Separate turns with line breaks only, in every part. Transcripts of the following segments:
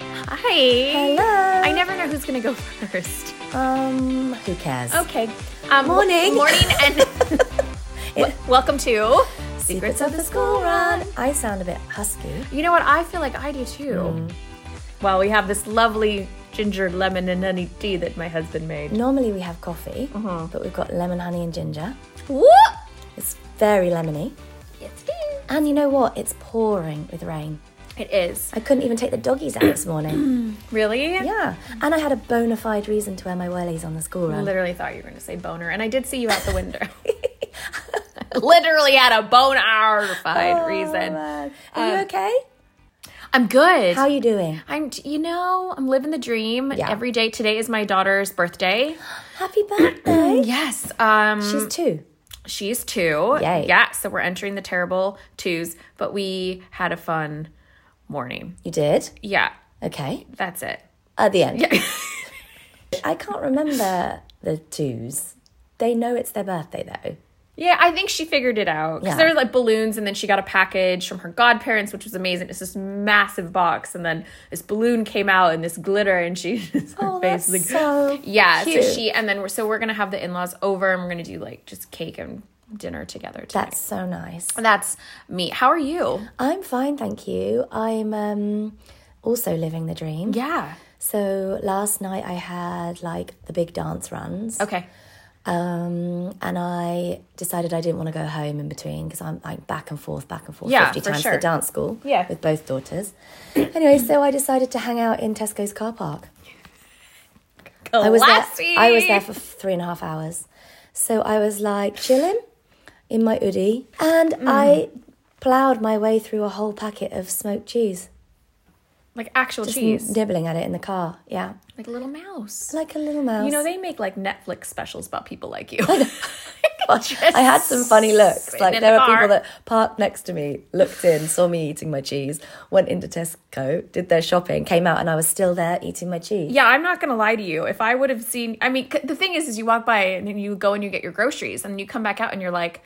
Hi.
Hello.
I never know who's gonna go first.
Um, who cares?
Okay. Um, w-
Morning.
morning, and w- welcome to
Secrets of the School Run. I sound a bit husky.
You know what? I feel like I do too. Mm. Well, we have this lovely ginger lemon and honey tea that my husband made.
Normally we have coffee, but we've got lemon, honey, and ginger.
Whoop!
It's very lemony.
It's good.
And you know what? It's pouring with rain.
It is.
I couldn't even take the doggies out this morning.
Really?
yeah. And I had a bona fide reason to wear my wellies on the school
I
run.
literally thought you were going to say boner, and I did see you out the window. literally had a boner-fied reason.
man. Are you okay?
I'm good.
How are you doing?
I'm, you know, I'm living the dream
Yeah.
every day. Today is my daughter's birthday.
Happy birthday.
Yes. Um,
She's two.
She's two.
Yay.
Yeah. So we're entering the terrible twos, but we had a fun morning.
You did?
Yeah.
Okay.
That's it.
At the end. I can't remember the twos. They know it's their birthday though.
Yeah, I think she figured it out. Because
Yeah.
there were like balloons, and then she got a package from her godparents, which was amazing. It's this massive box, and then this balloon came out and this glitter, and she just, her
Oh,
face
that's
was like,
so
yeah.
cute.
So she, and then we're, so we're going to have the in laws over, and we're going to do like just cake and dinner together. Today.
That's so nice.
That's me. How are you?
I'm fine, thank you. I'm um, also living the dream.
Yeah.
So last night I had like the big dance runs,
Okay.
um, and I decided I didn't want to go home in between because I'm like back and forth, back and forth,
Yeah,
fifty
for
times
sure.
to dance school.
Yeah.
with both daughters. anyway, so I decided to hang out in Tesco's car park. I was
Classy.
there. I was there for three and a half hours. So I was like chilling in my hoodie, and
Mm.
I ploughed my way through a whole packet of smoked cheese,
like actual
Just
cheese,
nibbling at it in the car. Yeah,
like a little mouse.
like a little mouse.
You know they make like Netflix specials about people like you.
I had some funny looks.
sitting
Like
in
there
the
were
car.
people that parked next to me, looked in, saw me eating my cheese, went into Tesco, did their shopping, came out, and I was still there eating my cheese.
Yeah, I'm not gonna lie to you. If I would have seen, I mean, c- the thing is, is you walk by and then you go and you get your groceries, and you come back out and you're like,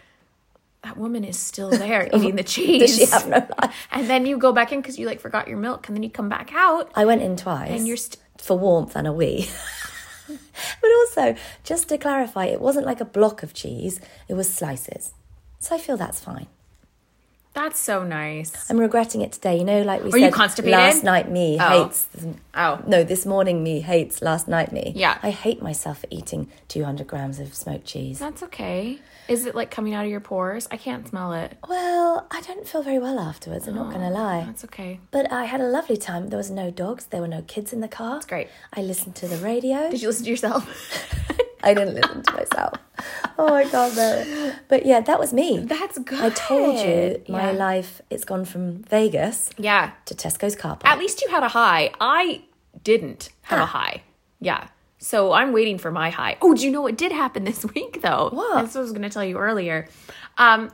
that woman is still there eating the cheese.
She have no life.
and then you go back in because you like forgot your milk, and then you come back out
I went in twice.
and you're. St-
for warmth and a wee. but also, just to clarify, it wasn't like a block of cheese, it was slices. So I feel that's fine.
That's so nice.
I'm regretting it today. You know, like we
Were you
said
constipated?
last night me
Oh.
hates
Oh,
no, this morning me hates last night me.
Yeah.
I hate myself for eating 200 grams of smoked cheese.
that's okay. Is it like coming out of your pores? I can't smell it.
Well, I don't feel very well afterwards, I'm not going
Oh.
to lie.
That's okay.
But I had a lovely time. There was no dogs, there were no kids in the car. That's
great.
I listened to the radio.
Did you listen to yourself?
I didn't listen to myself. Oh my god, no. But yeah, that was me.
That's good.
I told you my
yeah.
life it's gone from Vegas
Yeah.
to Tesco's car park.
At least you had a high. I didn't have a high. Yeah. So I'm waiting for my high. Oh, do you know what did happen this week though?
What?
This was going to tell you earlier. Um,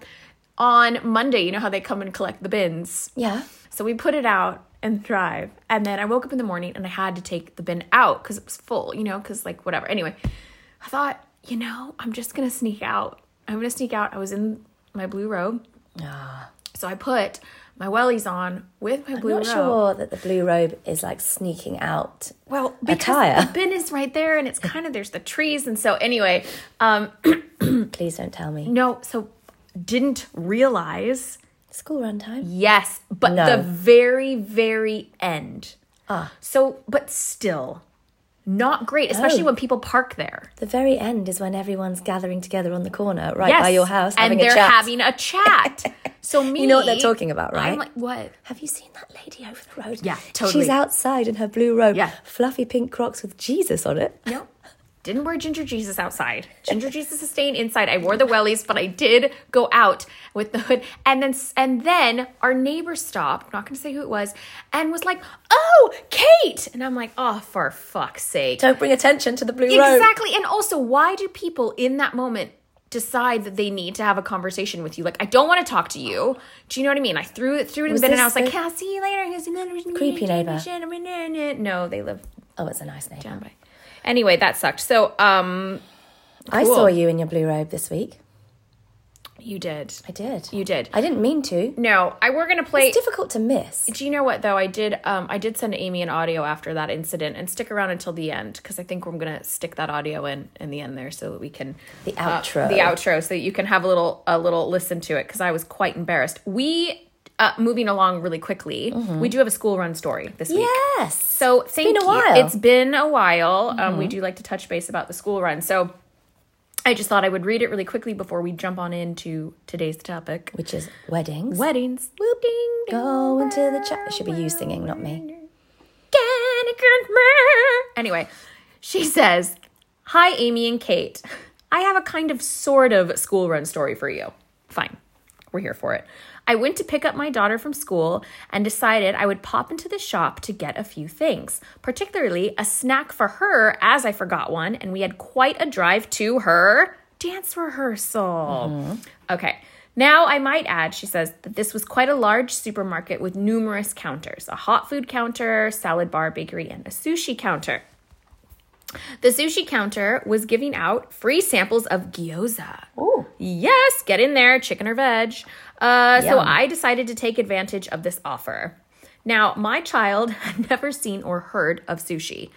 on Monday, you know how they come and collect the bins.
yeah.
So we put it out and drive. And then I woke up in the morning and I had to take the bin out because it was full, you know, because like whatever. Anyway, I thought, you know, I'm just going to sneak out. I'm going to sneak out. I was in my blue robe.
Ah,
So I put my wellies on with my blue
not
robe.
sure that the blue robe is like sneaking out.
Well, because
tire.
the bin is right there, and it's kind of there's the trees, and so anyway, um,
Please don't tell me.
no, so didn't realize.
School run time.
Yes, but
No.
the very, very end.
Ah.
So, but still, not great, especially
Oh.
when people park there.
The very end is when everyone's gathering together on the corner right
Yes,
by your house having
and they're
a chat.
having a chat. so me,
You know what they're talking about,
I'm
right?
like, what?
Have you seen that lady over the road?
Yeah, totally.
She's outside in her blue robe,
Yeah.
fluffy pink Crocs with Jesus on it.
Nope. Didn't wear Ginger Jesus outside. Ginger Jesus is staying inside. I wore the wellies, but I did go out with the hood. And then and then our neighbor stopped, not gonna say who it was, and was like, Oh, Kate! And I'm like, oh for fuck's sake.
Don't bring attention to the blue robe.
Exactly. And also, why do people in that moment decide that they need to have a conversation with you? Like, I don't want to talk to you. Do you know what I mean? I threw it through the
Was
bin and I was
this
like,
the-
yeah, see you later. Here's another-
Creepy neighbor.
No, they live
Oh, it's a nice name.
down by. Anyway, that sucked. So, um,
I
Cool.
saw you in your blue robe this week.
You did.
I did.
You did.
I didn't mean to.
No, I were gonna play.
It's difficult to miss.
Do you know what though? I did. Um, I did send Amy an audio after that incident, and stick around until the end because I think I'm gonna stick that audio in in the end there so that we can
The
uh,
outro.
the outro, so that you can have a little a little listen to it because I was quite embarrassed. We uh, moving along really quickly. We do have a school run story this week.
Mm-hmm. Yes.
So thank
been a
you.
while. Mm-hmm.
It's been a while. Um, we do like to touch base about the school run. So I just thought I would read it really quickly before we jump on into today's topic.
Which is weddings.
Weddings. Whoop ding ding.
Go into the chat. It should be you singing, not me.
Anyway, she says, Hi, Amy and Kate. I have a kind of sort of school run story for you. Fine, we're here for it. I went to pick up my daughter from school and decided I would pop into the shop to get a few things, particularly a snack for her, as I forgot one, and we had quite a drive to her dance rehearsal. Okay. Now, I might add, she says, that this was quite a large supermarket with numerous counters a hot food counter, salad bar, bakery, and a sushi counter. The sushi counter was giving out free samples of gyoza.
Ooh.
Yes, get in there, chicken or veg. Uh, so
Yum.
I decided to take advantage of this offer. Now, my child had never seen or heard of sushi.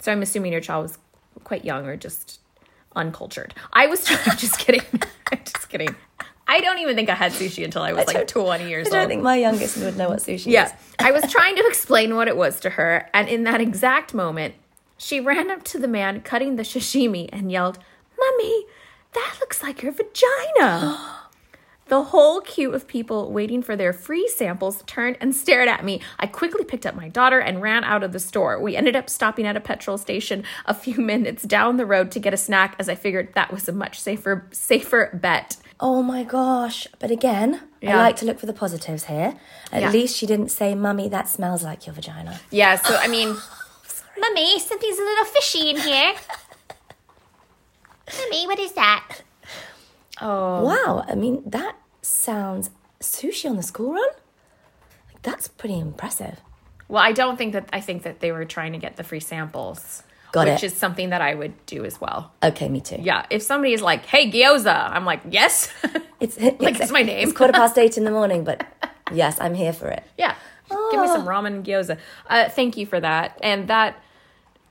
So I'm assuming your child was quite young or just uncultured. I was I'm just kidding. I'm just kidding. I don't even think I had sushi until I was like
don't-
20 years
I don't
old.
think my youngest would know what sushi is.
Yes. I was trying to explain what it was to her, and in that exact moment, she ran up to the man cutting the sashimi and yelled, Mummy, that looks like your vagina. The whole queue of people waiting for their free samples turned and stared at me. I quickly picked up my daughter and ran out of the store. We ended up stopping at a petrol station a few minutes down the road to get a snack as I figured that was a much safer safer bet.
Oh my gosh. But again,
Yeah.
I like to look for the positives here. At
Yeah.
least she didn't say, Mummy, that smells like your vagina.
Yeah, so I mean, Mummy, something's a little fishy in here. Mummy, what is that? Oh,
Wow. I mean, that sounds sushi on the school run? Like, that's pretty impressive.
well, I don't think that I think that they were trying to get the free samples,
Got
which
it.
is something that I would do as well.
Okay, me too.
Yeah, if somebody is like, "Hey, gyoza," I'm like, "Yes."
It's like
it's my name.
It's quarter past eight in the morning, but yes, I'm here for it.
yeah, give me
Ah.
some ramen and gyoza. Uh, thank you for that, and that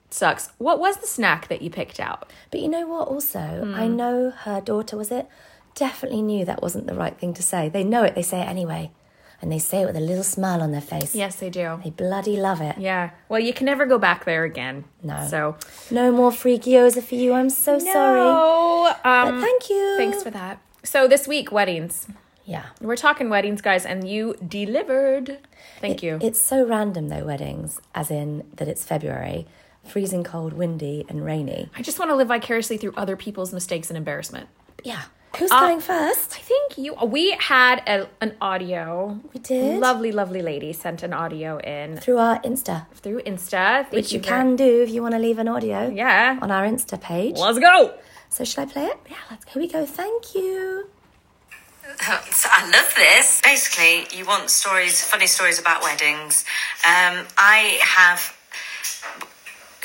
sucks. What was the snack that you picked out?
But you know what? Also, I
Hmm.
know her daughter was it. Definitely knew that wasn't the right thing to say. They know it. They say it anyway, and they say it with a little smile on their face.
Yes, I do.
They bloody love it.
Yeah. Well, you can never go back there again.
No.
So
No more free gyoza for you. I'm so sorry.
No. Um,
But thank you.
Thanks for that. So this week, weddings.
Yeah.
We're talking weddings, guys, and you delivered. Thank you.
It's so random though. Weddings, as in that it's February, freezing cold, windy, and rainy.
I just want to live vicariously through other people's mistakes and embarrassment.
Yeah. Who's
Ah.
going first?
I think you. We had a, an audio.
We did
Lovely, lovely lady sent an audio in
through our Insta,
through Insta. Thank
which you
very-
can do if you want to leave an audio.
Yeah.
On our Insta page.
Let's go.
So should I play it? Yeah, let's. Here we go. Thank you.
So I love this. Basically, you want stories, funny stories about weddings. Um, I have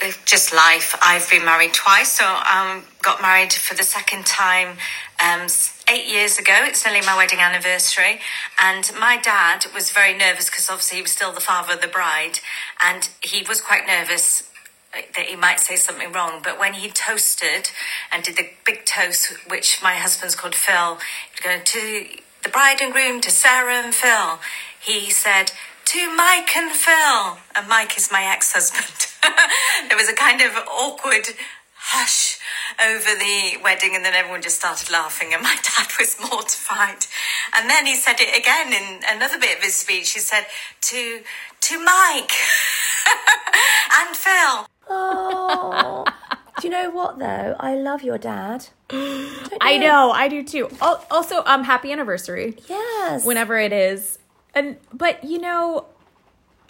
uh, just life. I've been married twice, so um, got married for the second time um, s- eight years ago. It's nearly my wedding anniversary, and my dad was very nervous because obviously he was still the father of the bride, and he was quite nervous uh, that he might say something wrong. But when he toasted and did the big toast, which my husband's called Phil, he'd go to the bride and groom, to Sarah and Phil. He said to Mike and Phil, and Mike is my ex-husband. there was a kind of awkward hush over the wedding, and then everyone just started laughing, and my dad was mortified. And then he said it again in another bit of his speech. He said to to Mike and Phil.
Oh. Do you know what though? I love your dad. Don't you?
I know. I do too. Al- Also, um, happy anniversary.
Yes.
whenever it is. And but you know,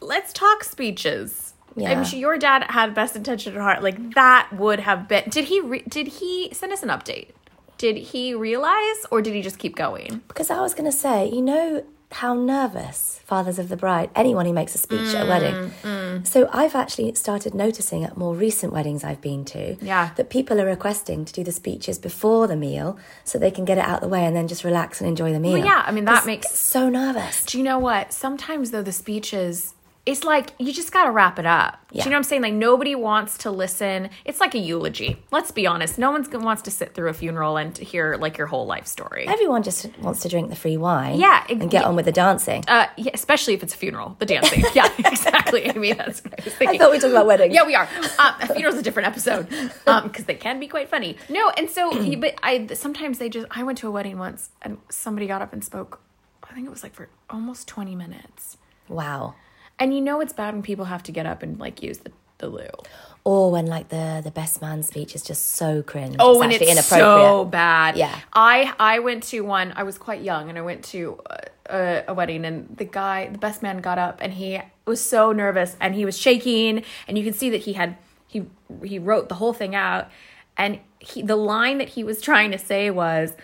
let's talk speeches.
Yeah.
I'm sure your dad had best intention at heart. Like that would have been. Did he? Re- did he send us an update? Did he realize, or did he just keep going?
because I was gonna say, you know, how nervous fathers of the bride, anyone who makes a speech
Mm,
at a wedding. So I've actually started noticing at more recent weddings I've been to
Yeah.
that people are requesting to do the speeches before the meal so they can get it out of the way and then just relax and enjoy the meal.
yeah, I mean, that
'Cause
makes-
it's so nervous.
Do you know what? Sometimes though the speeches it's like you just got to wrap it up. Do
Yeah.
you know what I'm saying? Like nobody wants to listen. It's like a eulogy. Let's be honest. No one's gonna wants to sit through a funeral and hear like your whole life story.
Everyone just wants to drink the free wine
Yeah, ex-
and get on with the dancing.
Uh, yeah, especially if it's a funeral, the dancing. Yeah, exactly. I mean, that's what I was thinking.
I thought we were talking about weddings.
Yeah, we are. Um, a funeral's a different episode because they can be quite funny. No, and so, but I sometimes they just. I went to a wedding once, and somebody got up and spoke. I think it was like for almost twenty minutes,
Wow.
and you know it's bad when people have to get up and like use the, the loo.
Or when like the the best man speech is just so cringe.
Oh,
it's
and
actually
it's
inappropriate.
so bad.
Yeah.
I I went to one. I was quite young, and I went to uh, a, a wedding, and the guy, the best man, got up, and he was so nervous, and he was shaking, and you can see that he had he he wrote the whole thing out, and he the line that he was trying to say was,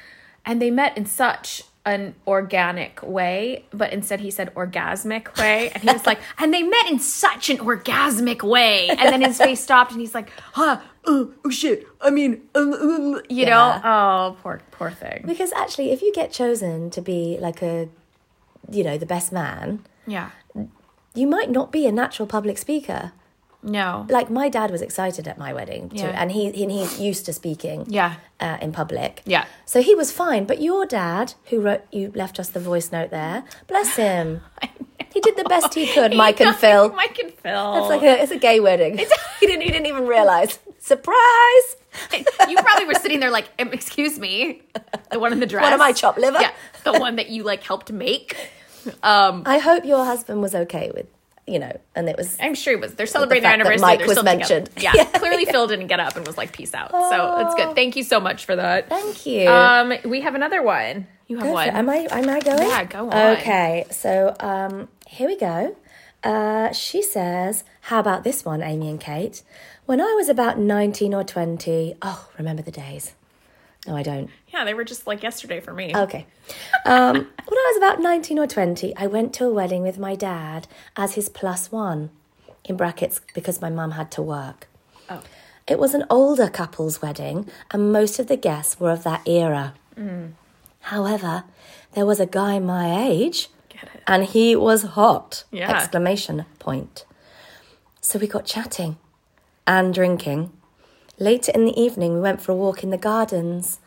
and they met in such an organic way, but instead he said orgasmic way. And he was like, and they met in such an orgasmic way. And then his face stopped and he's like, huh, uh, oh shit. I mean, um, um, you know, oh, poor, poor thing.
Because actually, if you get chosen to be like a, you know, the best man,
Yeah.
you might not be a natural public speaker.
No.
Like my dad was excited at my wedding, too,
Yeah.
and he and he's used to speaking.
Yeah.
Uh, in public.
Yeah.
So he was fine, but your dad, who wrote you left us the voice note there, bless him. He did the best he could, Mike and Phil.
Mike and Phil.
It's like a it's a gay wedding. he didn't he didn't even realise. Surprise!
you probably were sitting there like, um, excuse me, the one in the dress.
What am I, chopped liver?
Yeah. The one that you like helped make. Um,
I hope your husband was okay with you know, and it was
I'm sure he was. They're celebrating
fact
their
that
anniversary.
Mike
They're
was
still together.
mentioned.
Yeah.
Yeah.
Clearly, Phil didn't get up and was like, peace out. So it's good. Thank you so much for that.
thank you.
Um, we have another one. You have
Go for
one.
it. Am I am I going?
Yeah, go on.
Okay, so um, here we go. Uh, she says, "How about this one, Amy and Kate? When I was about nineteen or twenty, oh, remember the days? No, I don't.
yeah, they were just like yesterday for me.
Okay. Um, when I was about 19 or 20, I went to a wedding with my dad as his plus one, in brackets, because my mum had to work.
Oh.
It was an older couple's wedding, and most of the guests were of that era.
Mm.
However, there was a guy my age,
Get it.
and he was hot!
Yeah.
Exclamation point. So we got chatting and drinking. Later in the evening, we went for a walk in the gardens.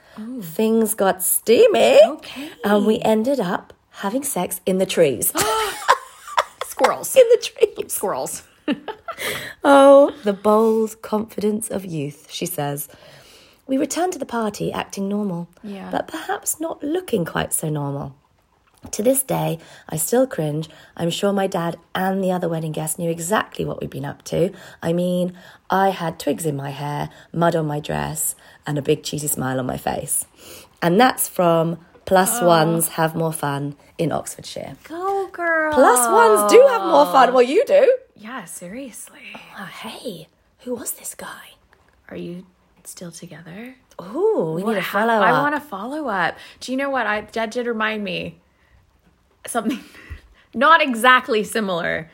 Things got steamy.
Okay.
And we ended up having sex in the trees.
Squirrels.
in the trees.
Squirrels.
Oh, the bold confidence of youth, she says. We returned to the party acting normal,
Yeah.
but perhaps not looking quite so normal. To this day, I still cringe. I'm sure my dad and the other wedding guests knew exactly what we'd been up to. I mean, I had twigs in my hair, mud on my dress, and a big cheesy smile on my face. And that's from Plus Ones Have More Fun in Oxfordshire.
Go, girl.
Plus Ones do have more fun. Well, you do.
Yeah, seriously.
Oh, hey, who was this guy?
Are you still together?
Ooh, we need a
How-
follow up.
I want a follow up. Do you know what? I that did remind me something not exactly similar.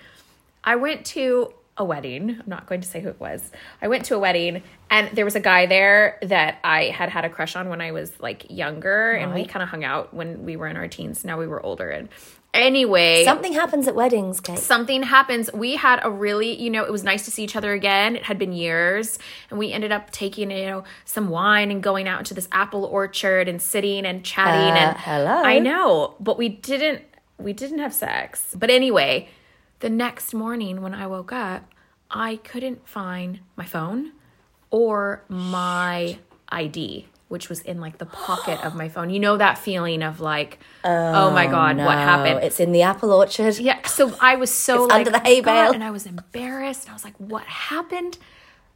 I went to a wedding. I'm not going to say who it was. I went to a wedding and there was a guy there that I had had a crush on when I was like younger and we kind of hung out when we were in our teens. Now we were older and anyway,
Something happens at weddings, Kate.
something happens. We had a really, you know, it was nice to see each other again. It had been years, and we ended up taking, you know, some wine and going out into this apple orchard and sitting and chatting.
Uh,
and
hello.
I know, but we didn't. We didn't have sex. But anyway, the next morning when I woke up, I couldn't find my phone or my ID. Which was in like the pocket of my phone. You know that feeling of like, oh, my god, what happened?
Oh, It's in the apple orchard.
Yeah, so I was so
It's
like,
under the hay
"God,"
bale.
and I was embarrassed. And I was like, "What happened?"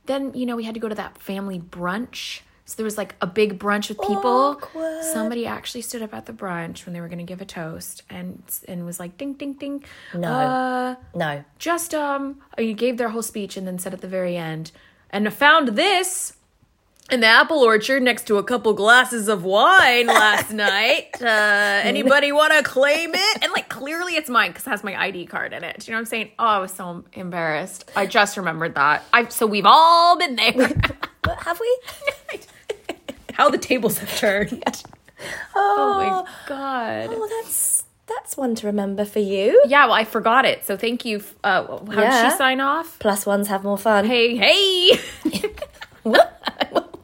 Then you know we had to go to that family brunch. So there was like a big brunch with people.
Awkward.
Somebody actually stood up at the brunch when they were going to give a toast and and was like, "Ding, ding, ding."
No.
Uh,
No.
just oh, um, you gave their whole speech and then said at the very end, "And I found this." in the apple orchard next to a couple glasses of wine last night. Uh, anybody want to claim it? And like, clearly it's mine because it has my ID card in it. Do you know what I'm saying? Oh, I was so embarrassed. I just remembered that. I so we've all been there.
But have we?
How the tables have turned. Oh my god.
oh, that's that's one to remember for you.
Yeah, well, I forgot it. So thank you. f- Uh, how did
Yeah.
she sign off?
Plus ones have more fun.
Hey, hey. Let's go.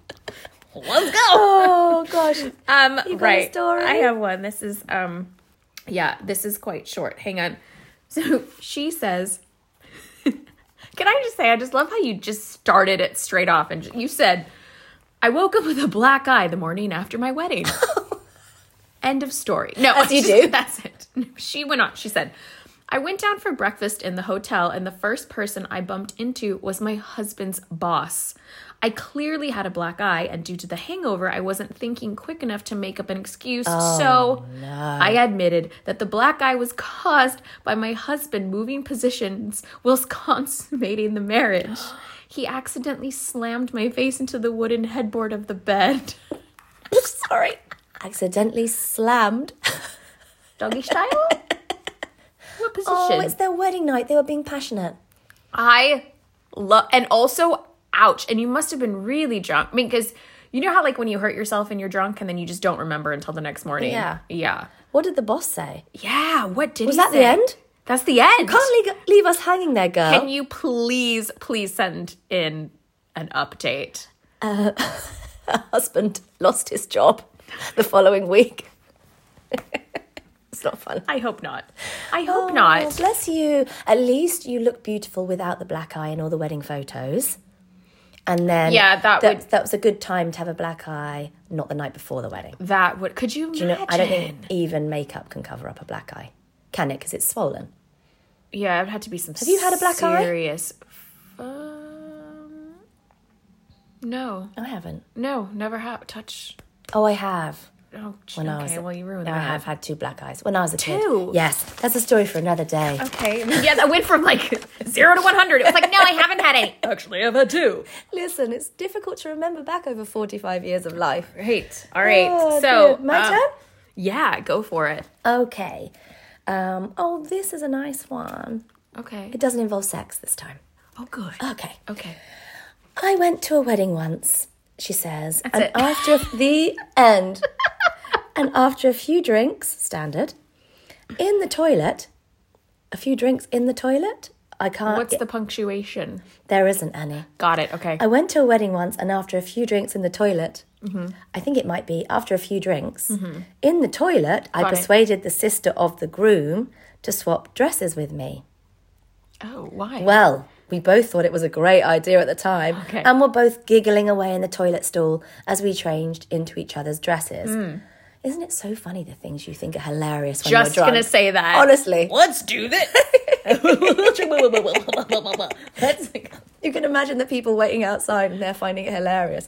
Oh gosh.
Um,
got a
right.
story?
I have one. This is um, yeah, this is quite short. Hang on. So she says, "Can I just say I just love how you just started it straight off and ju- you said." I woke up with a black eye the morning after my wedding. End of story. No,
As you
she-
do.
That's it. She went on. She said, I went down for breakfast in the hotel, and the first person I bumped into was my husband's boss. I clearly had a black eye, and due to the hangover, I wasn't thinking quick enough to make up an excuse.
Oh.
so I admitted that the black eye was caused by my husband moving positions whilst consummating the marriage. He accidentally slammed my face into the wooden headboard of the bed.
Sorry. Accidentally slammed.
Doggy style? what position?
Oh, it's their wedding night. They were being passionate.
I love, and also, ouch. And you must have been really drunk. I mean, because you know how, like, when you hurt yourself and you're drunk and then you just don't remember until the next morning?
Yeah.
Yeah.
What did the boss say?
Yeah. What did
Was
he
that the
say?
end?
That's the end.
Can't leave, leave us hanging there, girl.
Can you please, please send in an update?
husband lost his job the following week. it's not fun.
I hope not. I hope
Oh,
not.
Bless you. At least you look beautiful without the black eye in all the wedding photos. And then
Yeah, that would-
that was a good time to have a black eye, not the night before the wedding.
That would. Could you imagine?
You know, I don't think even makeup can cover up a black eye, can it? Because it's swollen.
Yeah, it would have to be some. Have
you had a black eye?
Serious. Um, no,
I haven't.
no, never have touch.
Oh, I have.
Oh, gee,
When
okay.
I was a-
well, you ruined
I
that.
have had two black eyes when I was a
Two?
kid. Yes, that's a story for another day.
Okay. Yeah, that went from like zero to 100. It was like, no, I haven't had any. Actually, I've had two.
Listen, it's difficult to remember back over forty-five years of life.
Great. All right.
Oh,
so,
dear. my
um,
turn.
Yeah, go for it.
Okay. Um, oh, this is a nice one.
Okay.
It doesn't involve sex this time.
Oh, good.
Okay.
Okay.
I went to a wedding once, she says. and
it.
after the end, and after a few drinks, standard, in the toilet, a few drinks in the toilet. I can't.
What's the punctuation?
there isn't any.
Got it. Okay.
I went to a wedding once, and after a few drinks in the toilet,
Mm-hmm.
I think it might be after a few drinks in the toilet, I
Got it.
persuaded the sister of the groom to swap dresses with me.
Oh, why?
Well, we both thought it was a great idea at the time
Okay.
and were both giggling away in the toilet stall as we changed into each other's dresses. Isn't it so funny the things you think are hilarious when
Hmm. Just
you're drunk?
going to say
Oh,
that.
Honestly,
Let's do this. let's,
you can imagine the people waiting outside and they're finding it hilarious.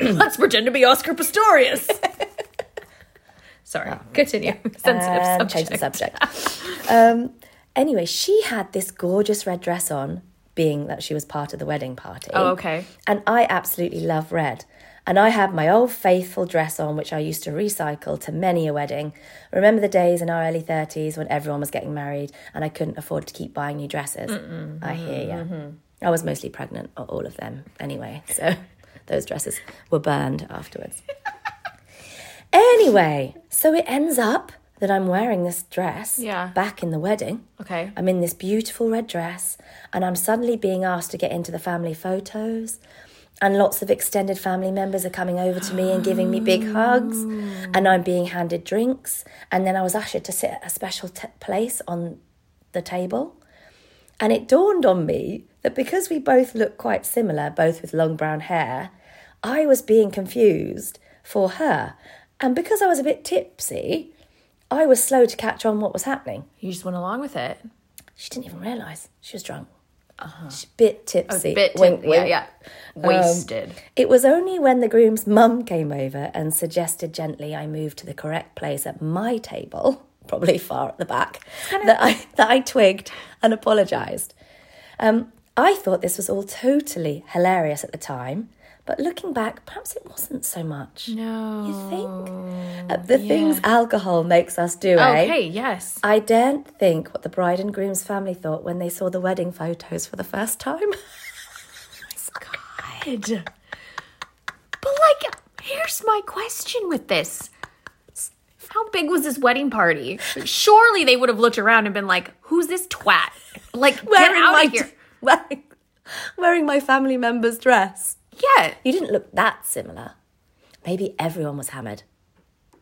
let's pretend to be Oscar Pistorius. Sorry. Continue. Sensitive subject.
and Um, change the subject. um, anyway, she had this gorgeous red dress on, being that she was part of the wedding party.
Oh, okay.
And I absolutely love red. And I had my old faithful dress on, which I used to recycle to many a wedding. Remember the days in our early 30s when everyone was getting married and I couldn't afford to keep buying new dresses? I hear you. I was mostly pregnant, or all of them anyway. So those dresses were burned afterwards. Anyway, so it ends up that I'm wearing this dress
Yeah.
back in the wedding.
Okay.
I'm in this beautiful red dress and I'm suddenly being asked to get into the family photos. And lots of extended family members are coming over to me and giving me big hugs. And I'm being handed drinks. And then I was ushered to sit at a special t- place on the table. And it dawned on me that because we both look quite similar, both with long brown hair, I was being confused for her. And because I was a bit tipsy, I was slow to catch on what was happening.
You just went along with it.
She didn't even realise she was drunk. She's a bit
Uh-huh.
tipsy.
Oh, Bit
wink,
tip-
wink.
Yeah,
Um,
yeah. Wasted.
It was only when the groom's mum came over and suggested gently I move to the correct place at my table, probably far at the back, that I that I twigged and apologised. Um, I thought this was all totally hilarious at the time, But looking back, perhaps it wasn't so much.
No.
You think? Uh, the things alcohol makes us do, eh?
Okay, yes.
I daren't think what the bride and groom's family thought when they saw the wedding photos for the first time.
God. But like, here's my question with this. How big was this wedding party? Surely they would have looked around and been like, who's this twat? Like, get out
my
of here.
wearing, wearing my family member's dress.
yeah.
You didn't look that similar. Maybe everyone was hammered.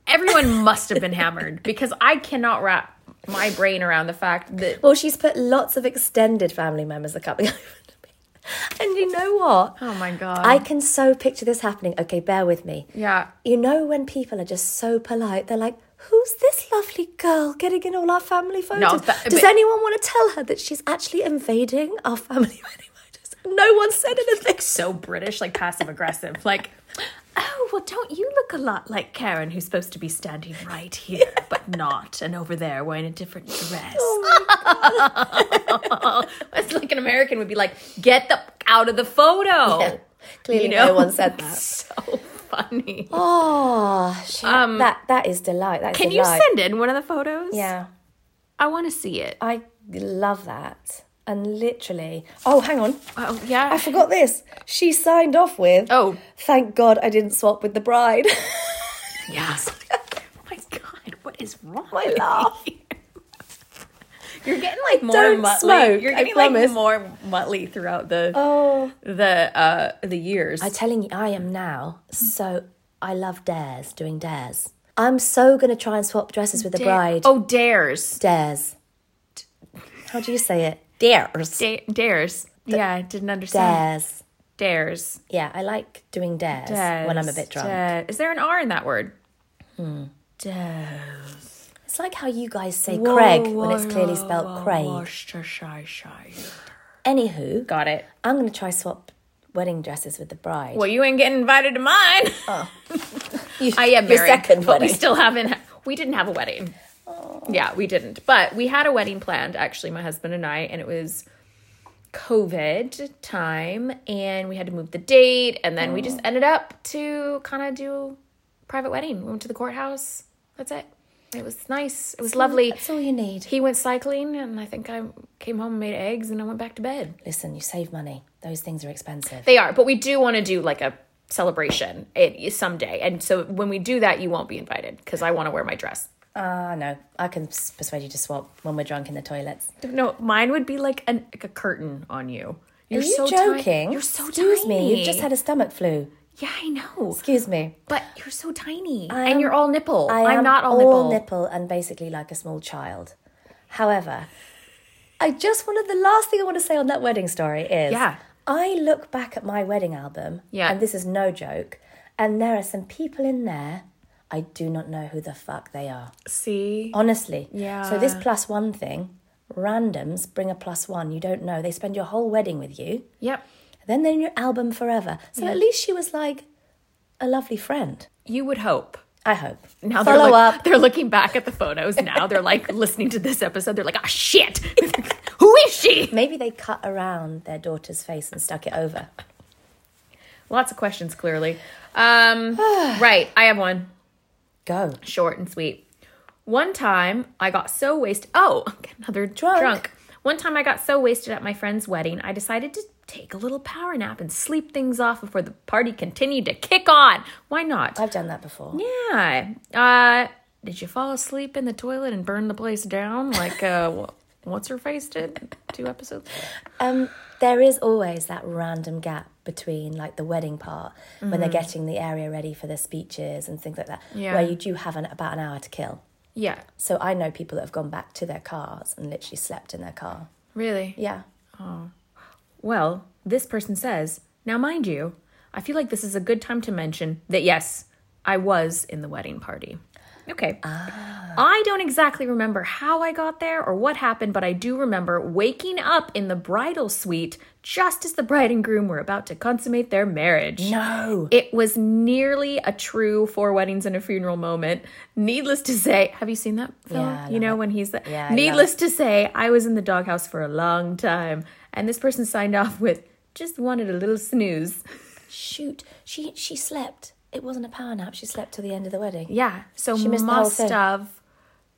Everyone must have been hammered because I cannot wrap my brain around the fact that
Well, she's put lots of extended family members are coming over to me. And you know what?
Oh my God.
I can so picture this happening. Okay, bear with me.
Yeah.
You know when people are just so polite, they're like, Who's this lovely girl getting in all our family photos?
that-
Does
but-
anyone want to tell her that she's actually invading our family wedding photos? No one said anything.
so British, like passive aggressive. Like, oh, well, don't you look a lot like Karen, who's supposed to be standing right here, but not, and over there wearing a different dress? it's like an American would be like, get the f- out of the photo.
Clearly,
Oh. You know?
no one said that.
So funny.
Oh, shit. that that is delight. That is
Um, Can you
delight.
send in one of the photos?
Yeah,
I want to see it.
I love that. And literally, oh, hang on,
Oh, yeah.
I forgot this. She signed off with,
Oh.
thank God I didn't swap with the bride."
Yes. my God, what is wrong?
I laugh.
You're getting like more
don't
muttly.
smoke,
You're
I
getting like
promise.
more muttly throughout the
Oh,
the uh the years.
I'm telling you, I am now. So I love dares, doing dares. I'm so gonna try and swap dresses with the bride.
Oh, dares.
Dares. How do you say it? Dares.
Da- dares. yeah, I didn't understand.
Dares.
Dares.
Yeah, I like doing dares, when I'm a bit drunk.
Dares. Is there an R in that word? Dares.
It's like how you guys say Craig when it's clearly spelt Craig. Anywho,
Got it.
I'm going to try swap wedding dresses with the bride.
Well, you ain't getting invited to mine.
You-
I am
your
married,
second
but we
wedding.
still haven't. We didn't have a wedding. Yeah, we didn't. But we had a wedding planned, actually, my husband and I, and it was COVID time, and we had to move the date, and then we just ended up to kind of do private wedding. We went to the courthouse. That's it. It was nice. It was lovely.
That's all you need.
He went cycling, and I think I came home and made eggs, and I went back to bed.
Listen, you save money. Those things are expensive.
They are, but we do want to do like a celebration it, someday. And so when we do that, you won't be invited because I want to wear my dress.
Ah, no. I can s- persuade you to swap when we're drunk in the toilets.
No, mine would be like, an, like a curtain on you. You're
Are you
so ti-
joking?
You're so
Excuse me.
tiny.
You've just had a stomach flu.
yeah, I know.
Excuse me.
But you're so tiny,
am-
and you're all nipple.
I
I'm
am
not all, nipple.
and basically like a small child. However, I just wanted the last thing I want to say on that wedding story is
Yeah.
I look back at my wedding album,
Yeah.
and this is no joke, and there are some people in there I do not know who the fuck they are.
See,
Honestly. So this
Yeah.
plus one thing, randoms bring a plus one. You don't know. They spend your whole wedding with you.
yep.
Then they're in your album forever. So at least she was like a lovely friend.
You would hope.
I hope.
Now they're,
Follow
look-
up.
they're looking back at the photos now. They're like listening to this episode. They're like, ah, shit. Who is she?
Maybe they cut around their daughter's face and stuck it over.
Lots of questions, clearly. Um, right, I have one.
Go.
short and sweet. One time I got so wasted. Oh, another drunk.
Drunk.
One time I got so wasted at my friend's wedding, I decided to take a little power nap and sleep things off before the party continued to kick on. Why not?
I've done that before.
yeah. Uh, did you fall asleep in the toilet and burn the place down like uh, wh- what's her face did two episodes?
Um, there is always that random gap between like the wedding part when they're getting the area ready for their speeches and things like that,
Mm. Yeah.
where you do have an, about an hour to kill.
Yeah.
So I know people that have gone back to their cars and literally slept in their car.
Really?
Yeah.
Well, this person says, now mind you, I feel like this is a good time to mention that yes, I was in the wedding party. Okay.
Ah.
I don't exactly remember how I got there or what happened, but I do remember waking up in the bridal suite just as the bride and groom were about to consummate their marriage.
No.
It was nearly a true four weddings and a funeral moment. Needless to say, have you seen that film?
Yeah, I
you
love
know when he's the.
Yeah, I love
Needless to say, I was in the doghouse for a long time, and this person signed off with just wanted a little snooze.
shoot, she she slept. It wasn't a power nap. She slept till the end of the wedding.
Yeah. So
She missed the whole
must
thing.
have,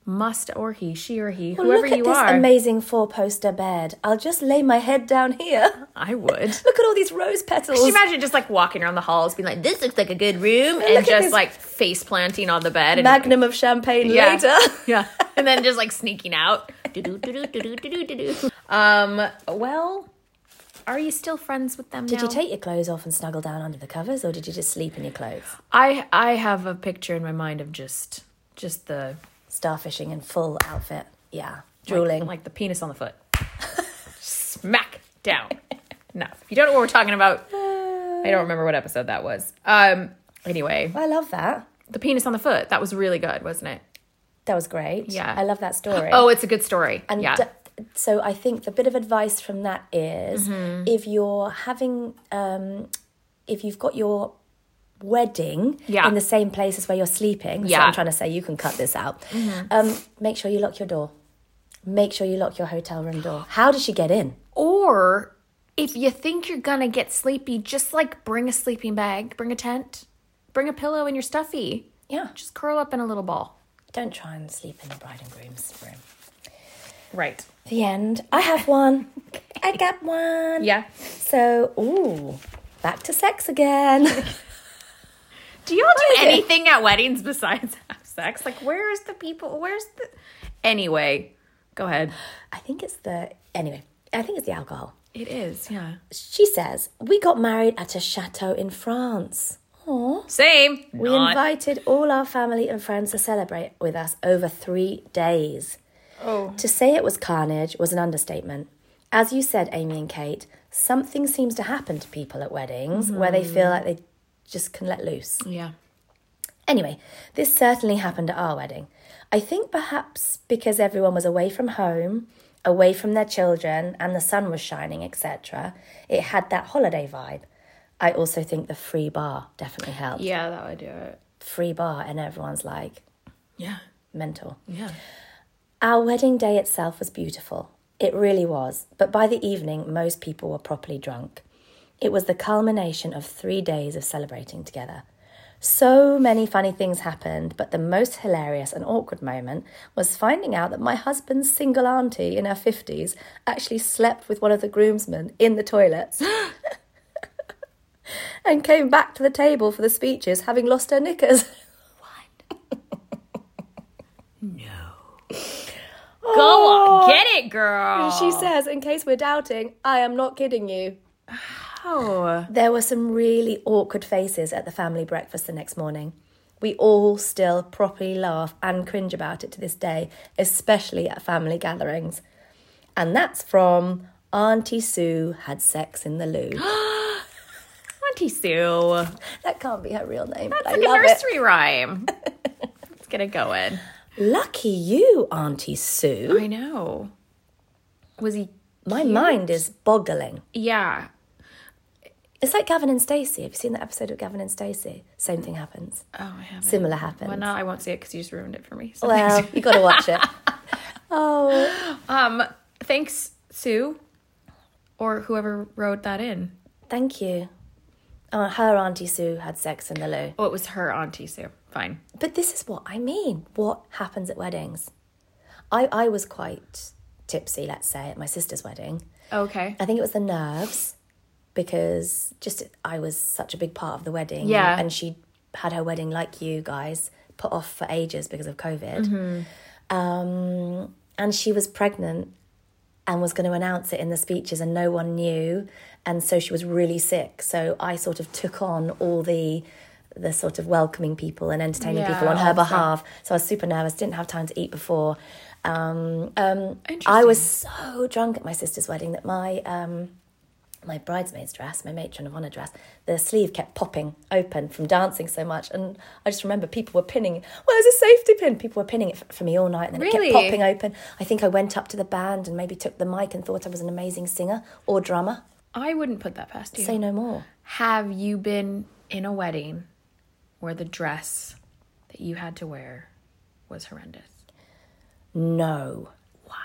must or he, she or he,
Well,
whoever
look at
you
this
are.
amazing four poster bed. I'll just lay my head down here.
I would.
Look at all these rose petals.
Can you imagine just like walking around the halls, being like, "This looks like a good room,"
Look
and
at
just
this-
like face planting on the bed and
Magnum of champagne
yeah,
later.
yeah, and then just like sneaking out. Do-do, do-do, do-do, do-do, do-do. um. Well, are you still friends with them?
Did you take your clothes off and snuggle down under the covers, or did you just sleep in your clothes?
I I have a picture in my mind of just just the
Starfishing in full outfit. Yeah. Drooling.
like, like the penis on the foot, smack down. no, if you don't know what we're talking about, I don't remember what episode that was. Um. Anyway,
I love that.
the penis on the foot. That was really good, wasn't it?
That was great.
Yeah.
I love that story.
Oh, it's a good story.
And
yeah.
d- so I think the bit of advice from that is
Mm-hmm.
if you're having, um, if you've got your wedding
Yeah.
in the same place as where you're sleeping, so
Yeah. Mm-hmm.
I'm trying to say you can cut this out, um, make sure you lock your door. Make sure you lock your hotel room door. How did she get in?
Or if you think you're gonna get sleepy, just like bring a sleeping bag, bring a tent, bring a pillow and your stuffy.
Yeah.
Just curl up in a little ball.
Don't try and sleep in the bride and groom's room.
Right.
The end. I have one. I got one.
Yeah.
So, ooh, back to sex again.
Do y'all do
Okay.
anything at weddings besides have sex? Like, where's the people? Where's the. Anyway, go ahead.
I think it's the, anyway, I think it's the alcohol.
It is, yeah.
She says, We got married at a chateau in France. Aww.
Same.
We invited all our family and friends to celebrate with us over three days.
Oh.
To say it was carnage was an understatement. As you said, Amy and Kate, something seems to happen to people at weddings where they
Hmm.
feel like they just can let loose.
Yeah.
Anyway, this certainly happened at our wedding. I think perhaps because everyone was away from home, away from their children, and the sun was shining, etc., it had that holiday vibe. I also think the free bar definitely helped.
Yeah, that would do it.
Free bar, and everyone's like
Yeah.
mental.
Yeah.
Our wedding day itself was beautiful. It really was, but by the evening, most people were properly drunk. It was the culmination of three days of celebrating together. So many funny things happened, but the most hilarious and awkward moment was finding out that my husband's single auntie in her 50s actually slept with one of the groomsmen in the toilets and came back to the table for the speeches having lost her knickers.
Go on. Get it, girl.
She says, in case we're doubting, I am not kidding you.
Oh.
There were some really awkward faces at the family breakfast the next morning. We all still properly laugh and cringe about it to this day, especially at family gatherings. And that's from Auntie Sue had sex in the loo.
Auntie Sue.
that can't be her real name, but I
Like a
love it.
nursery rhyme. Let's get it going.
Lucky you, Auntie Sue.
I know. Was he?
My mind is boggling.
Yeah.
It's like Gavin and Stacey. Have you seen that episode of Gavin and Stacey? Same thing happens.
Oh, I haven't.
Similar happens.
Well, no, I won't see it because you just ruined it for me. So
well you got to watch it. Oh.
um, thanks, Sue, or whoever wrote that in.
Thank you. Uh, her auntie Sue had sex in the loo.
Oh, it was her auntie Sue. Fine.
But this is what I mean. What happens at weddings? I, I was quite tipsy, let's say, at my sister's wedding.
Okay.
I think it was the nerves because just I was such a big part of the wedding.
Yeah.
And she had her wedding, like you guys, put off for ages because of COVID.
Mm-hmm.
Um, and she was pregnant and was going to announce it in the speeches, and no one knew. And so she was really sick. So I sort of took on all the. The sort of welcoming people and entertaining
Yeah,
people on her
all the
behalf. So I was super nervous, didn't have time to eat before. Um, um, I
Interesting.
was so drunk at my sister's wedding that my um, my bridesmaid's dress, my matron of honour dress, the sleeve kept popping open from dancing so much. And I just remember people were pinning, where's a safety pin? People were pinning it f- for me all night and then
Really?
it kept popping open. I think I went up to the band and maybe took the mic and thought I was an amazing singer or drummer.
I wouldn't put that past you.
Say no more.
Have you been in a wedding where the dress that you had to wear was horrendous?
No.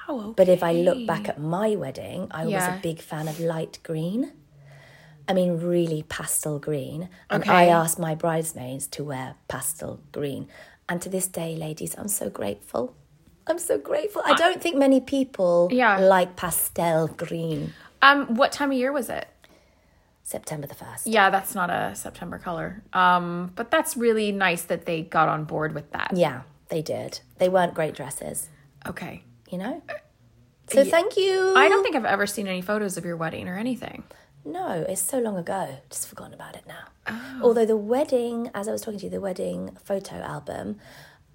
Wow.
But if I look back at my wedding, I was
Yeah.
a big fan of light green. I mean, really pastel green. And
Okay.
I asked my bridesmaids to wear pastel green. And to this day, ladies, I'm so grateful. I'm so grateful. I don't think many people
Yeah.
like pastel green.
Um, what time of year was it?
September the 1st.
Yeah, that's not a September color. Um, but that's really nice that they got on board with that.
Yeah, they did. They weren't great dresses,
Okay.
you know? So thank you.
Uh, I don't think I've ever seen any photos of your wedding or anything.
No, it's so long ago. Just forgotten about it now. Although the wedding, as I was talking to you, the wedding photo album,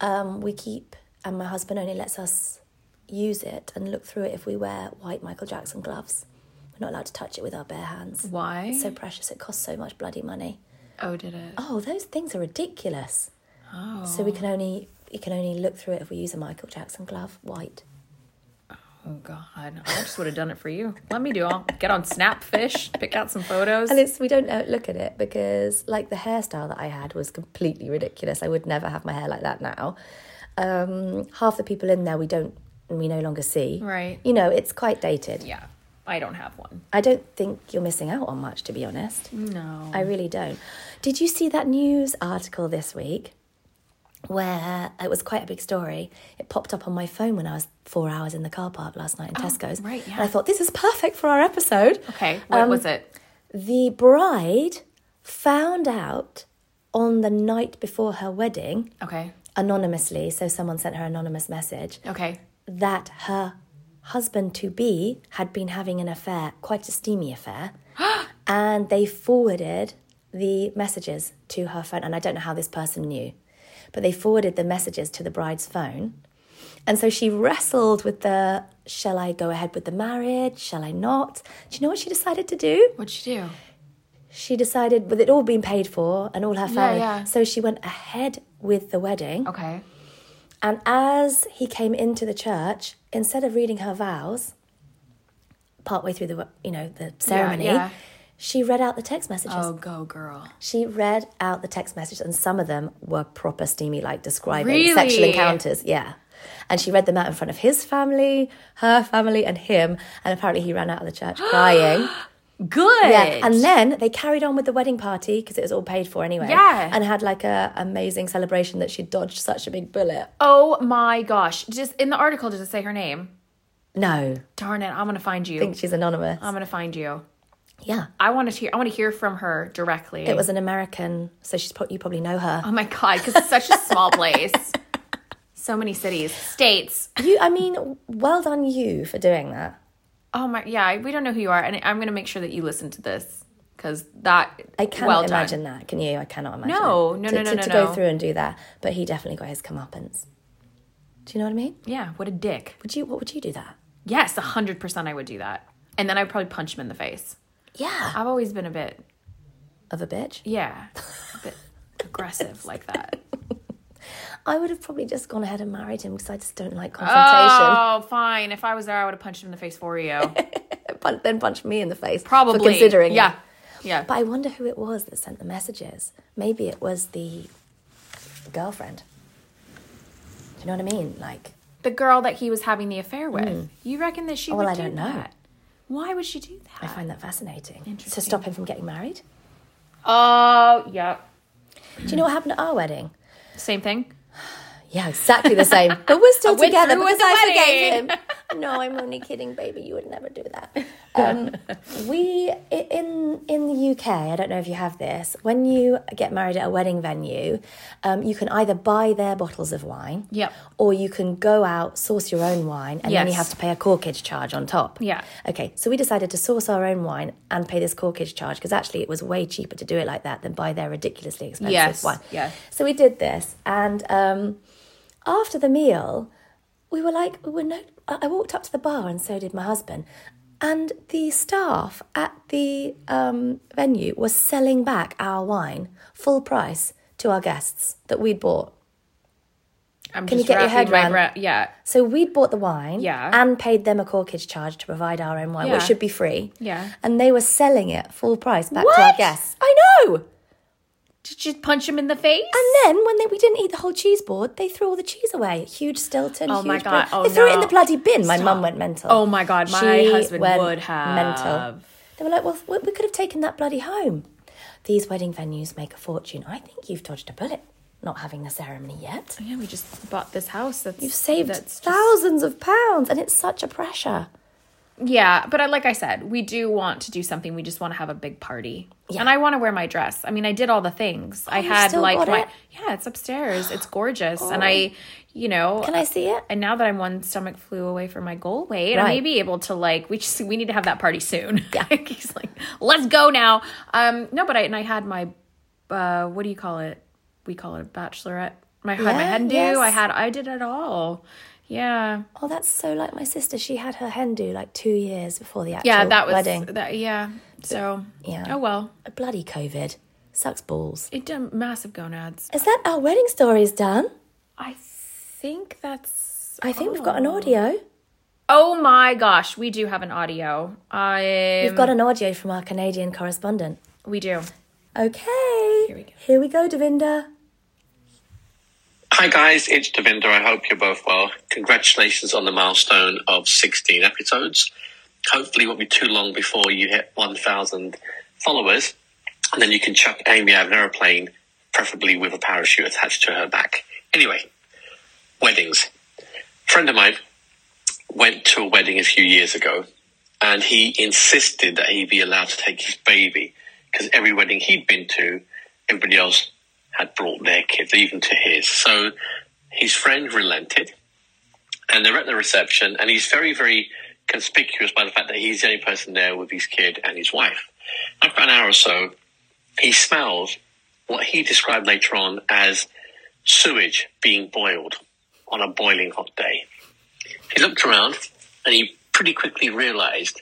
um, we keep, and my husband only lets us use it and look through it if we wear white Michael Jackson gloves. We're not allowed to touch it with our bare hands.
Why?
It's so precious. It costs so much bloody money.
oh, did it?
Oh, those things are ridiculous. Oh. So we can only you can only look through it if we use a Michael Jackson glove, white.
Oh God! I just would have done it for you. Let me do all. Get on Snapfish, pick out some photos.
And it's we don't uh, look at it because like the hairstyle that I had was completely ridiculous. I would never have my hair like that now. Um, half the people in there we don't we no longer see.
Right.
You know, it's quite dated.
yeah, I don't have one.
I don't think you're missing out on much to be honest.
No.
I really don't. Did you see that news article this week where uh, it was quite a big story? It popped up on my phone when I was four hours in the car park last night in Tesco's.
Oh, right,
And
yeah.
I thought, this is perfect for our episode.
okay. What was it?
The bride found out on the night before her wedding,
Okay.
anonymously, so someone sent her an anonymous message,
Okay.
that her husband to be had been having an affair, quite a steamy affair, and they forwarded the messages to her phone. And I don't know how this person knew, but they forwarded the messages to the bride's phone. And so she wrestled with the shall I go ahead with the marriage? Shall I not? Do you know what she decided to do?
What'd you do?
She decided, with it all being paid for and all her family.
yeah.
So she went ahead with the wedding.
Okay.
And as he came into the church, instead of reading her vows, partway through the you know the ceremony,
yeah.
she read out the text messages.
Oh, go girl.
She read out the text messages, and some of them were proper steamy, like describing
Really?
sexual encounters. Yeah. And she read them out in front of his family, her family, and him. And apparently, he ran out of the church crying.
Good.
Yeah, and then they carried on with the wedding party because it was all paid for anyway.
Yeah.
and had like a amazing celebration that she dodged such a big bullet.
oh my gosh! Just in the article, did it say her name?
No,
Darn it! I'm gonna find you.
I think she's anonymous.
I'm gonna find you.
yeah,
I want to hear. I want to hear from her directly.
it was an American, so she's pro- you probably know her.
oh my god! Because it's such a small place. So many cities, states.
You, I mean, well done you for doing that.
Oh my, yeah, I- we don't know who you are, and I'm gonna make sure that you listen to this because that
I cannot
well done.
imagine that. Can you? I cannot imagine.
No,
it.
no,
to,
no, no,
to,
no,
To
no.
go through and do that, but he definitely got his comeuppance. Do you know what I mean?
Yeah, what a dick.
Would you? What would you do that?
Yes, hundred percent, I would do that, and then I'd probably punch him in the face.
Yeah,
I've always been a bit,
of a bitch.
yeah, a bit aggressive like that.
I would have probably just gone ahead and married him because I just don't like confrontation.
Oh, fine. If I was there, I would have punched him in the face for you.
Pun Then punch me in the face.
Probably
for considering.
yeah,
it.
yeah.
But I wonder who it was that sent the messages. Maybe it was the girlfriend. Do you know what I mean? Like,
the girl that he was having the affair with. You reckon that she?
Oh,
would
well, I
do
don't know.
that? Why would she do
I
that?
find that fascinating. To
Interesting.
stop him from getting married.
Oh, yeah.
Do you know what happened at our wedding?
Same thing.
Yeah, exactly the same. But we're still
went
together
through with
because
the
I forgave him. No, I'm only kidding, baby. You would never do that. Um, we i- in in the UK. I don't know if you have this. When you get married at a wedding venue, um, you can either buy their bottles of wine.
Yep.
Or you can go out source your own wine, and then you
Yes.
have to pay a corkage charge on top.
Yeah.
Okay. So we decided to source our own wine and pay this corkage charge because actually it was way cheaper to do it like that than buy their ridiculously expensive
Yes,
wine.
yeah.
So we did this, and um, after the meal, we were like, we were no. I I walked up to the bar, and so did my husband. And the staff at the um, venue was selling back our wine full price to our guests that we'd bought.
I'm
Can you
just
get your
wrapping
head
my
round-
bra- yeah.
So we'd bought the wine
Yeah.
and paid them a corkage charge to provide our own wine, which
Yeah.
should be free.
Yeah.
And they were selling it full price back to our
What?
guests. I know.
Did you punch him in the face?
And then when they, we didn't eat the whole cheese board, they threw all the cheese away. Huge Stilton.
Oh
huge
my God.
Brie-
Oh
they threw it in
no.
the bloody bin. My
Stop.
mum went mental.
Oh my God. My
She
husband
went
would have.
mental. They were like, well, we we could have taken that bloody home. These wedding venues make a fortune. I think you've dodged a bullet not having the ceremony yet.
Yeah, we just bought this house. That's
You've saved
That's just-
thousands of pounds and it's such a pressure.
yeah, but I, like I said, we do want to do something. We just want to have a big party,
Yeah. Oh,
and I want to wear my dress. I mean, I did all the things. I
you
had
still
like
got
my
it? Oh.
yeah, it's upstairs. It's gorgeous, and I, you know,
Can I see it?
and now that I'm one stomach flew away from my goal weight, I may
Right.
be able to like we just we need to have that party soon. Yeah, he's like, let's go now. Um, no, but I and I had my, uh, what do you call it? We call it a bachelorette. My had my
Yeah,
hen do.
yes.
I had I did it all. Yeah,
Oh, that's so like my sister. She had her hen do like two years before the actual
yeah, that was
wedding.
that. Yeah, so
Yeah.
Oh well,
Bloody COVID. Sucks balls.
it done massive gonads.
Is that our wedding stories done?
I think that's.
I think we've got an audio.
Oh my gosh, we do have an audio. I
We've got an audio from our Canadian correspondent.
we do.
Okay. Here
we go.
Here we go, Devinda.
Hi guys, it's Davinder. I hope you're both well. Congratulations on the milestone of 16 episodes. Hopefully, it won't be too long before you hit 1,000 followers, and then you can chuck Amy out of an aeroplane, preferably with a parachute attached to her back. Anyway, weddings. friend of mine went to a wedding a few years ago, and he insisted that he be allowed to take his baby because every wedding he'd been to, everybody else had brought their kids, even to his. So his friend relented, and they're at the reception, and he's very, very conspicuous by the fact that he's the only person there with his kid and his wife. After an hour or so, he smells what he described later on as sewage being boiled on a boiling hot day. He looked around and he pretty quickly realized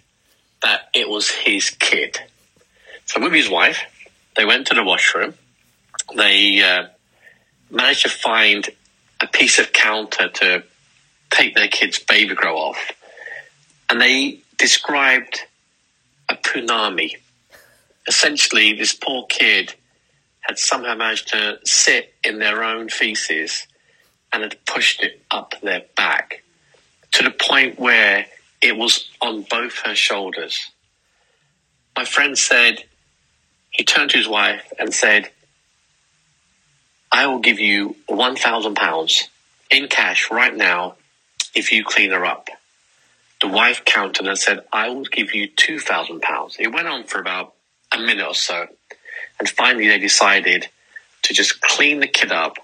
that it was his kid. So, with his wife, they went to the washroom. They uh, managed to find a piece of counter to take their kid's baby grow off. And they described a punami. Essentially, this poor kid had somehow managed to sit in their own feces and had pushed it up their back to the point where it was on both her shoulders. My friend said, he turned to his wife and said, I will give you £1,000 in cash right now if you clean her up. The wife counted and said, I will give you £2,000. It went on for about a minute or so. And finally, they decided to just clean the kid up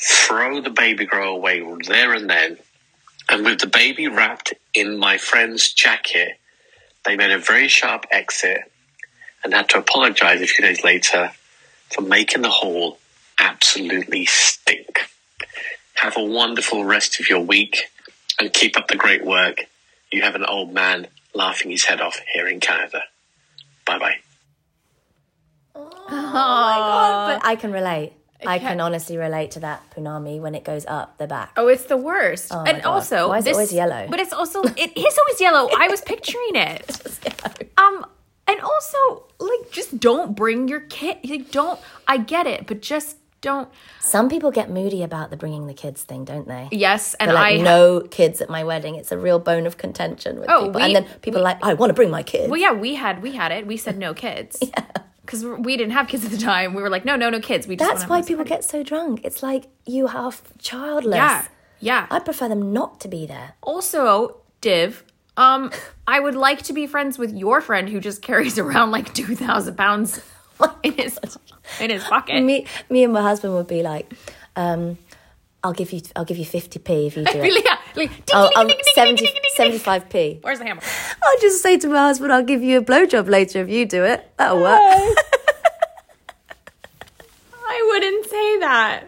throw the baby grow away there and then. And with the baby wrapped in my friend's jacket, they made a very sharp exit and had to apologize a few days later for making the hall absolutely stink. Have a wonderful rest of your week and keep up the great work. You have an old man laughing his head off here in Canada. Bye bye.
Uh,
but I can relate. I can honestly relate to that punami when it goes up the back.
Oh, it's the worst.
my
and
God.
also,
Why is it
this,
always yellow?
But it's also it is always yellow. I was picturing it. Um, and also like just don't bring your kid. Like don't. I get it, but just don't.
Some people get moody about the bringing the kids thing, don't they?
Yes, and
They're like,
I
no kids at my wedding. It's a real bone of contention with
Oh,
people.
we-
and then people are like, I want to bring my kids.
Well, yeah, we had we had it. We said no kids. Because we didn't have kids at the time. We were like, no, no, no kids. We just
That's
wanna
why
have
people
somebody.
get so drunk. It's like you are f- childless.
Yeah, yeah.
I prefer them not to be there.
also, Div, um, I would like to be friends with your friend who just carries around like two thousand pounds in his in his pocket.
Me, me and my husband would be like, um, I'll give you, I'll give you fifty p if you do it.
yeah, like, ding,
Oh,
ding,
um,
ding, ding, ding,
70,
ding, ding, ding, ding.
75p.
Where's the hammer?
I'll just say to my husband, I'll give you a blowjob later if you do it. That'll work.
I wouldn't say that.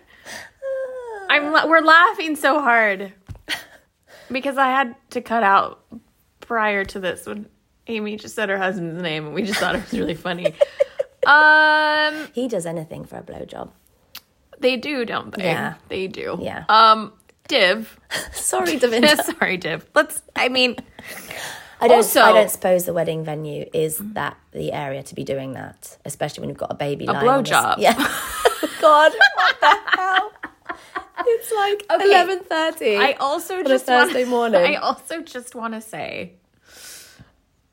I'm la- we're laughing so hard because I had to cut out prior to this when Amy just said her husband's name and we just thought it was really funny. um,
He does anything for a blowjob.
they do, don't they?
Yeah.
they do.
Yeah.
Um, Div.
Sorry, Davinda.
Sorry, Div. Let's. I mean,
I don't,
Also-
I don't suppose the wedding venue is that the area to be doing that, especially when you've got a baby. A
blowjob.
Yeah. God, what the hell? It's like eleven thirty.
I also
a
just wanna-
Thursday morning.
I also just want to say.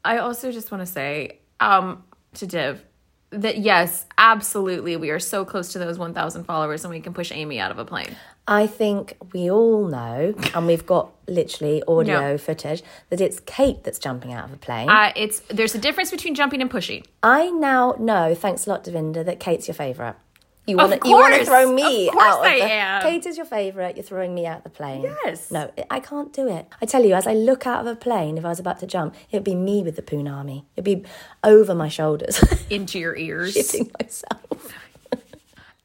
I also just want to say um to Div that yes, absolutely, we are so close to those 1,000 followers, and we can push Amy out of a plane.
I think we all know, and we've got literally audio
No.
footage, that it's Kate that's jumping out of a plane.
Uh, it's there's a difference between jumping and pushing.
I now know, thanks a lot, Devinda, that Kate's your favourite. You
Of
want to you want to
course.
throw me
Of course
out of
I
the,
am.
Kate is your favourite. You're throwing me out the plane.
Yes.
No, I- I can't do it. I tell you, as I look out of a plane, if I was about to jump, it'd be me with the punami. It'd be over my shoulders,
into your ears.
hitting myself.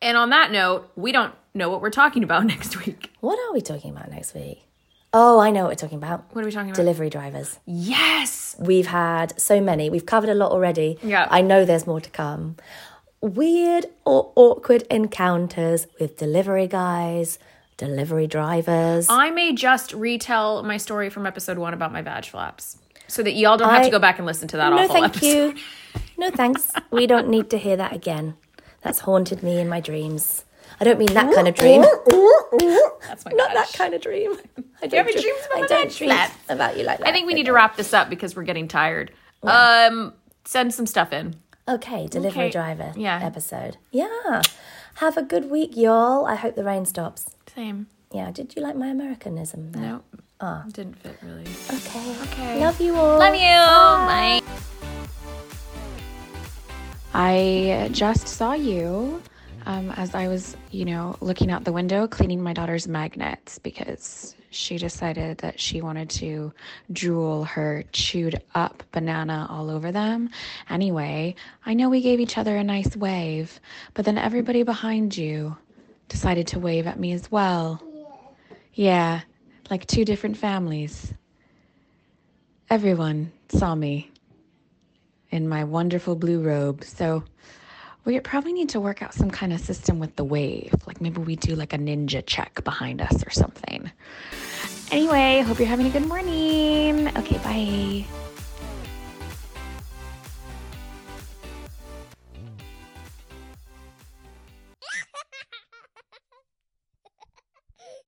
And on that note, we don't know what we're talking about next week.
What are we talking about next week? Oh, I know what we're talking about.
What are we talking about?
Delivery drivers.
yes.
We've had so many. We've covered a lot already.
Yeah.
I know there's more to come. Weird or awkward encounters with delivery guys, delivery drivers.
I may just retell my story from episode one about my badge flaps so that y'all don't have
I-
to go back and listen to that
no,
awful
thank
episode.
you. No, thanks. we don't need to hear that again. That's haunted me in my dreams. I don't mean that kind of dream.
That's my
Not
badge.
that kind of dream. I don't
have any
dream-
dreams about
I
my
don't
badge
dream
flap?
about you like that.
I think we need to wrap this up because we're getting tired. Um, send some stuff in.
Okay, delivery
Okay,
driver
yeah.
episode. Yeah. Have a good week, y'all. I hope the rain stops.
Same.
Yeah, did you like my Americanism there?
No. Didn't fit really.
Okay.
Okay.
Love you all.
Love you. Bye.
I just saw you um, as I was, you know, looking out the window cleaning my daughter's magnets because she decided that she wanted to drool her chewed up banana all over them. Anyway, I know we gave each other a nice wave, but then everybody behind you decided to wave at me as well. Yeah, like two different families. Everyone saw me in my wonderful blue robe. So we probably need to work out some kind of system with the wave. Like maybe we do like a ninja check behind us or something. Anyway, hope you're having a good morning. Okay, bye.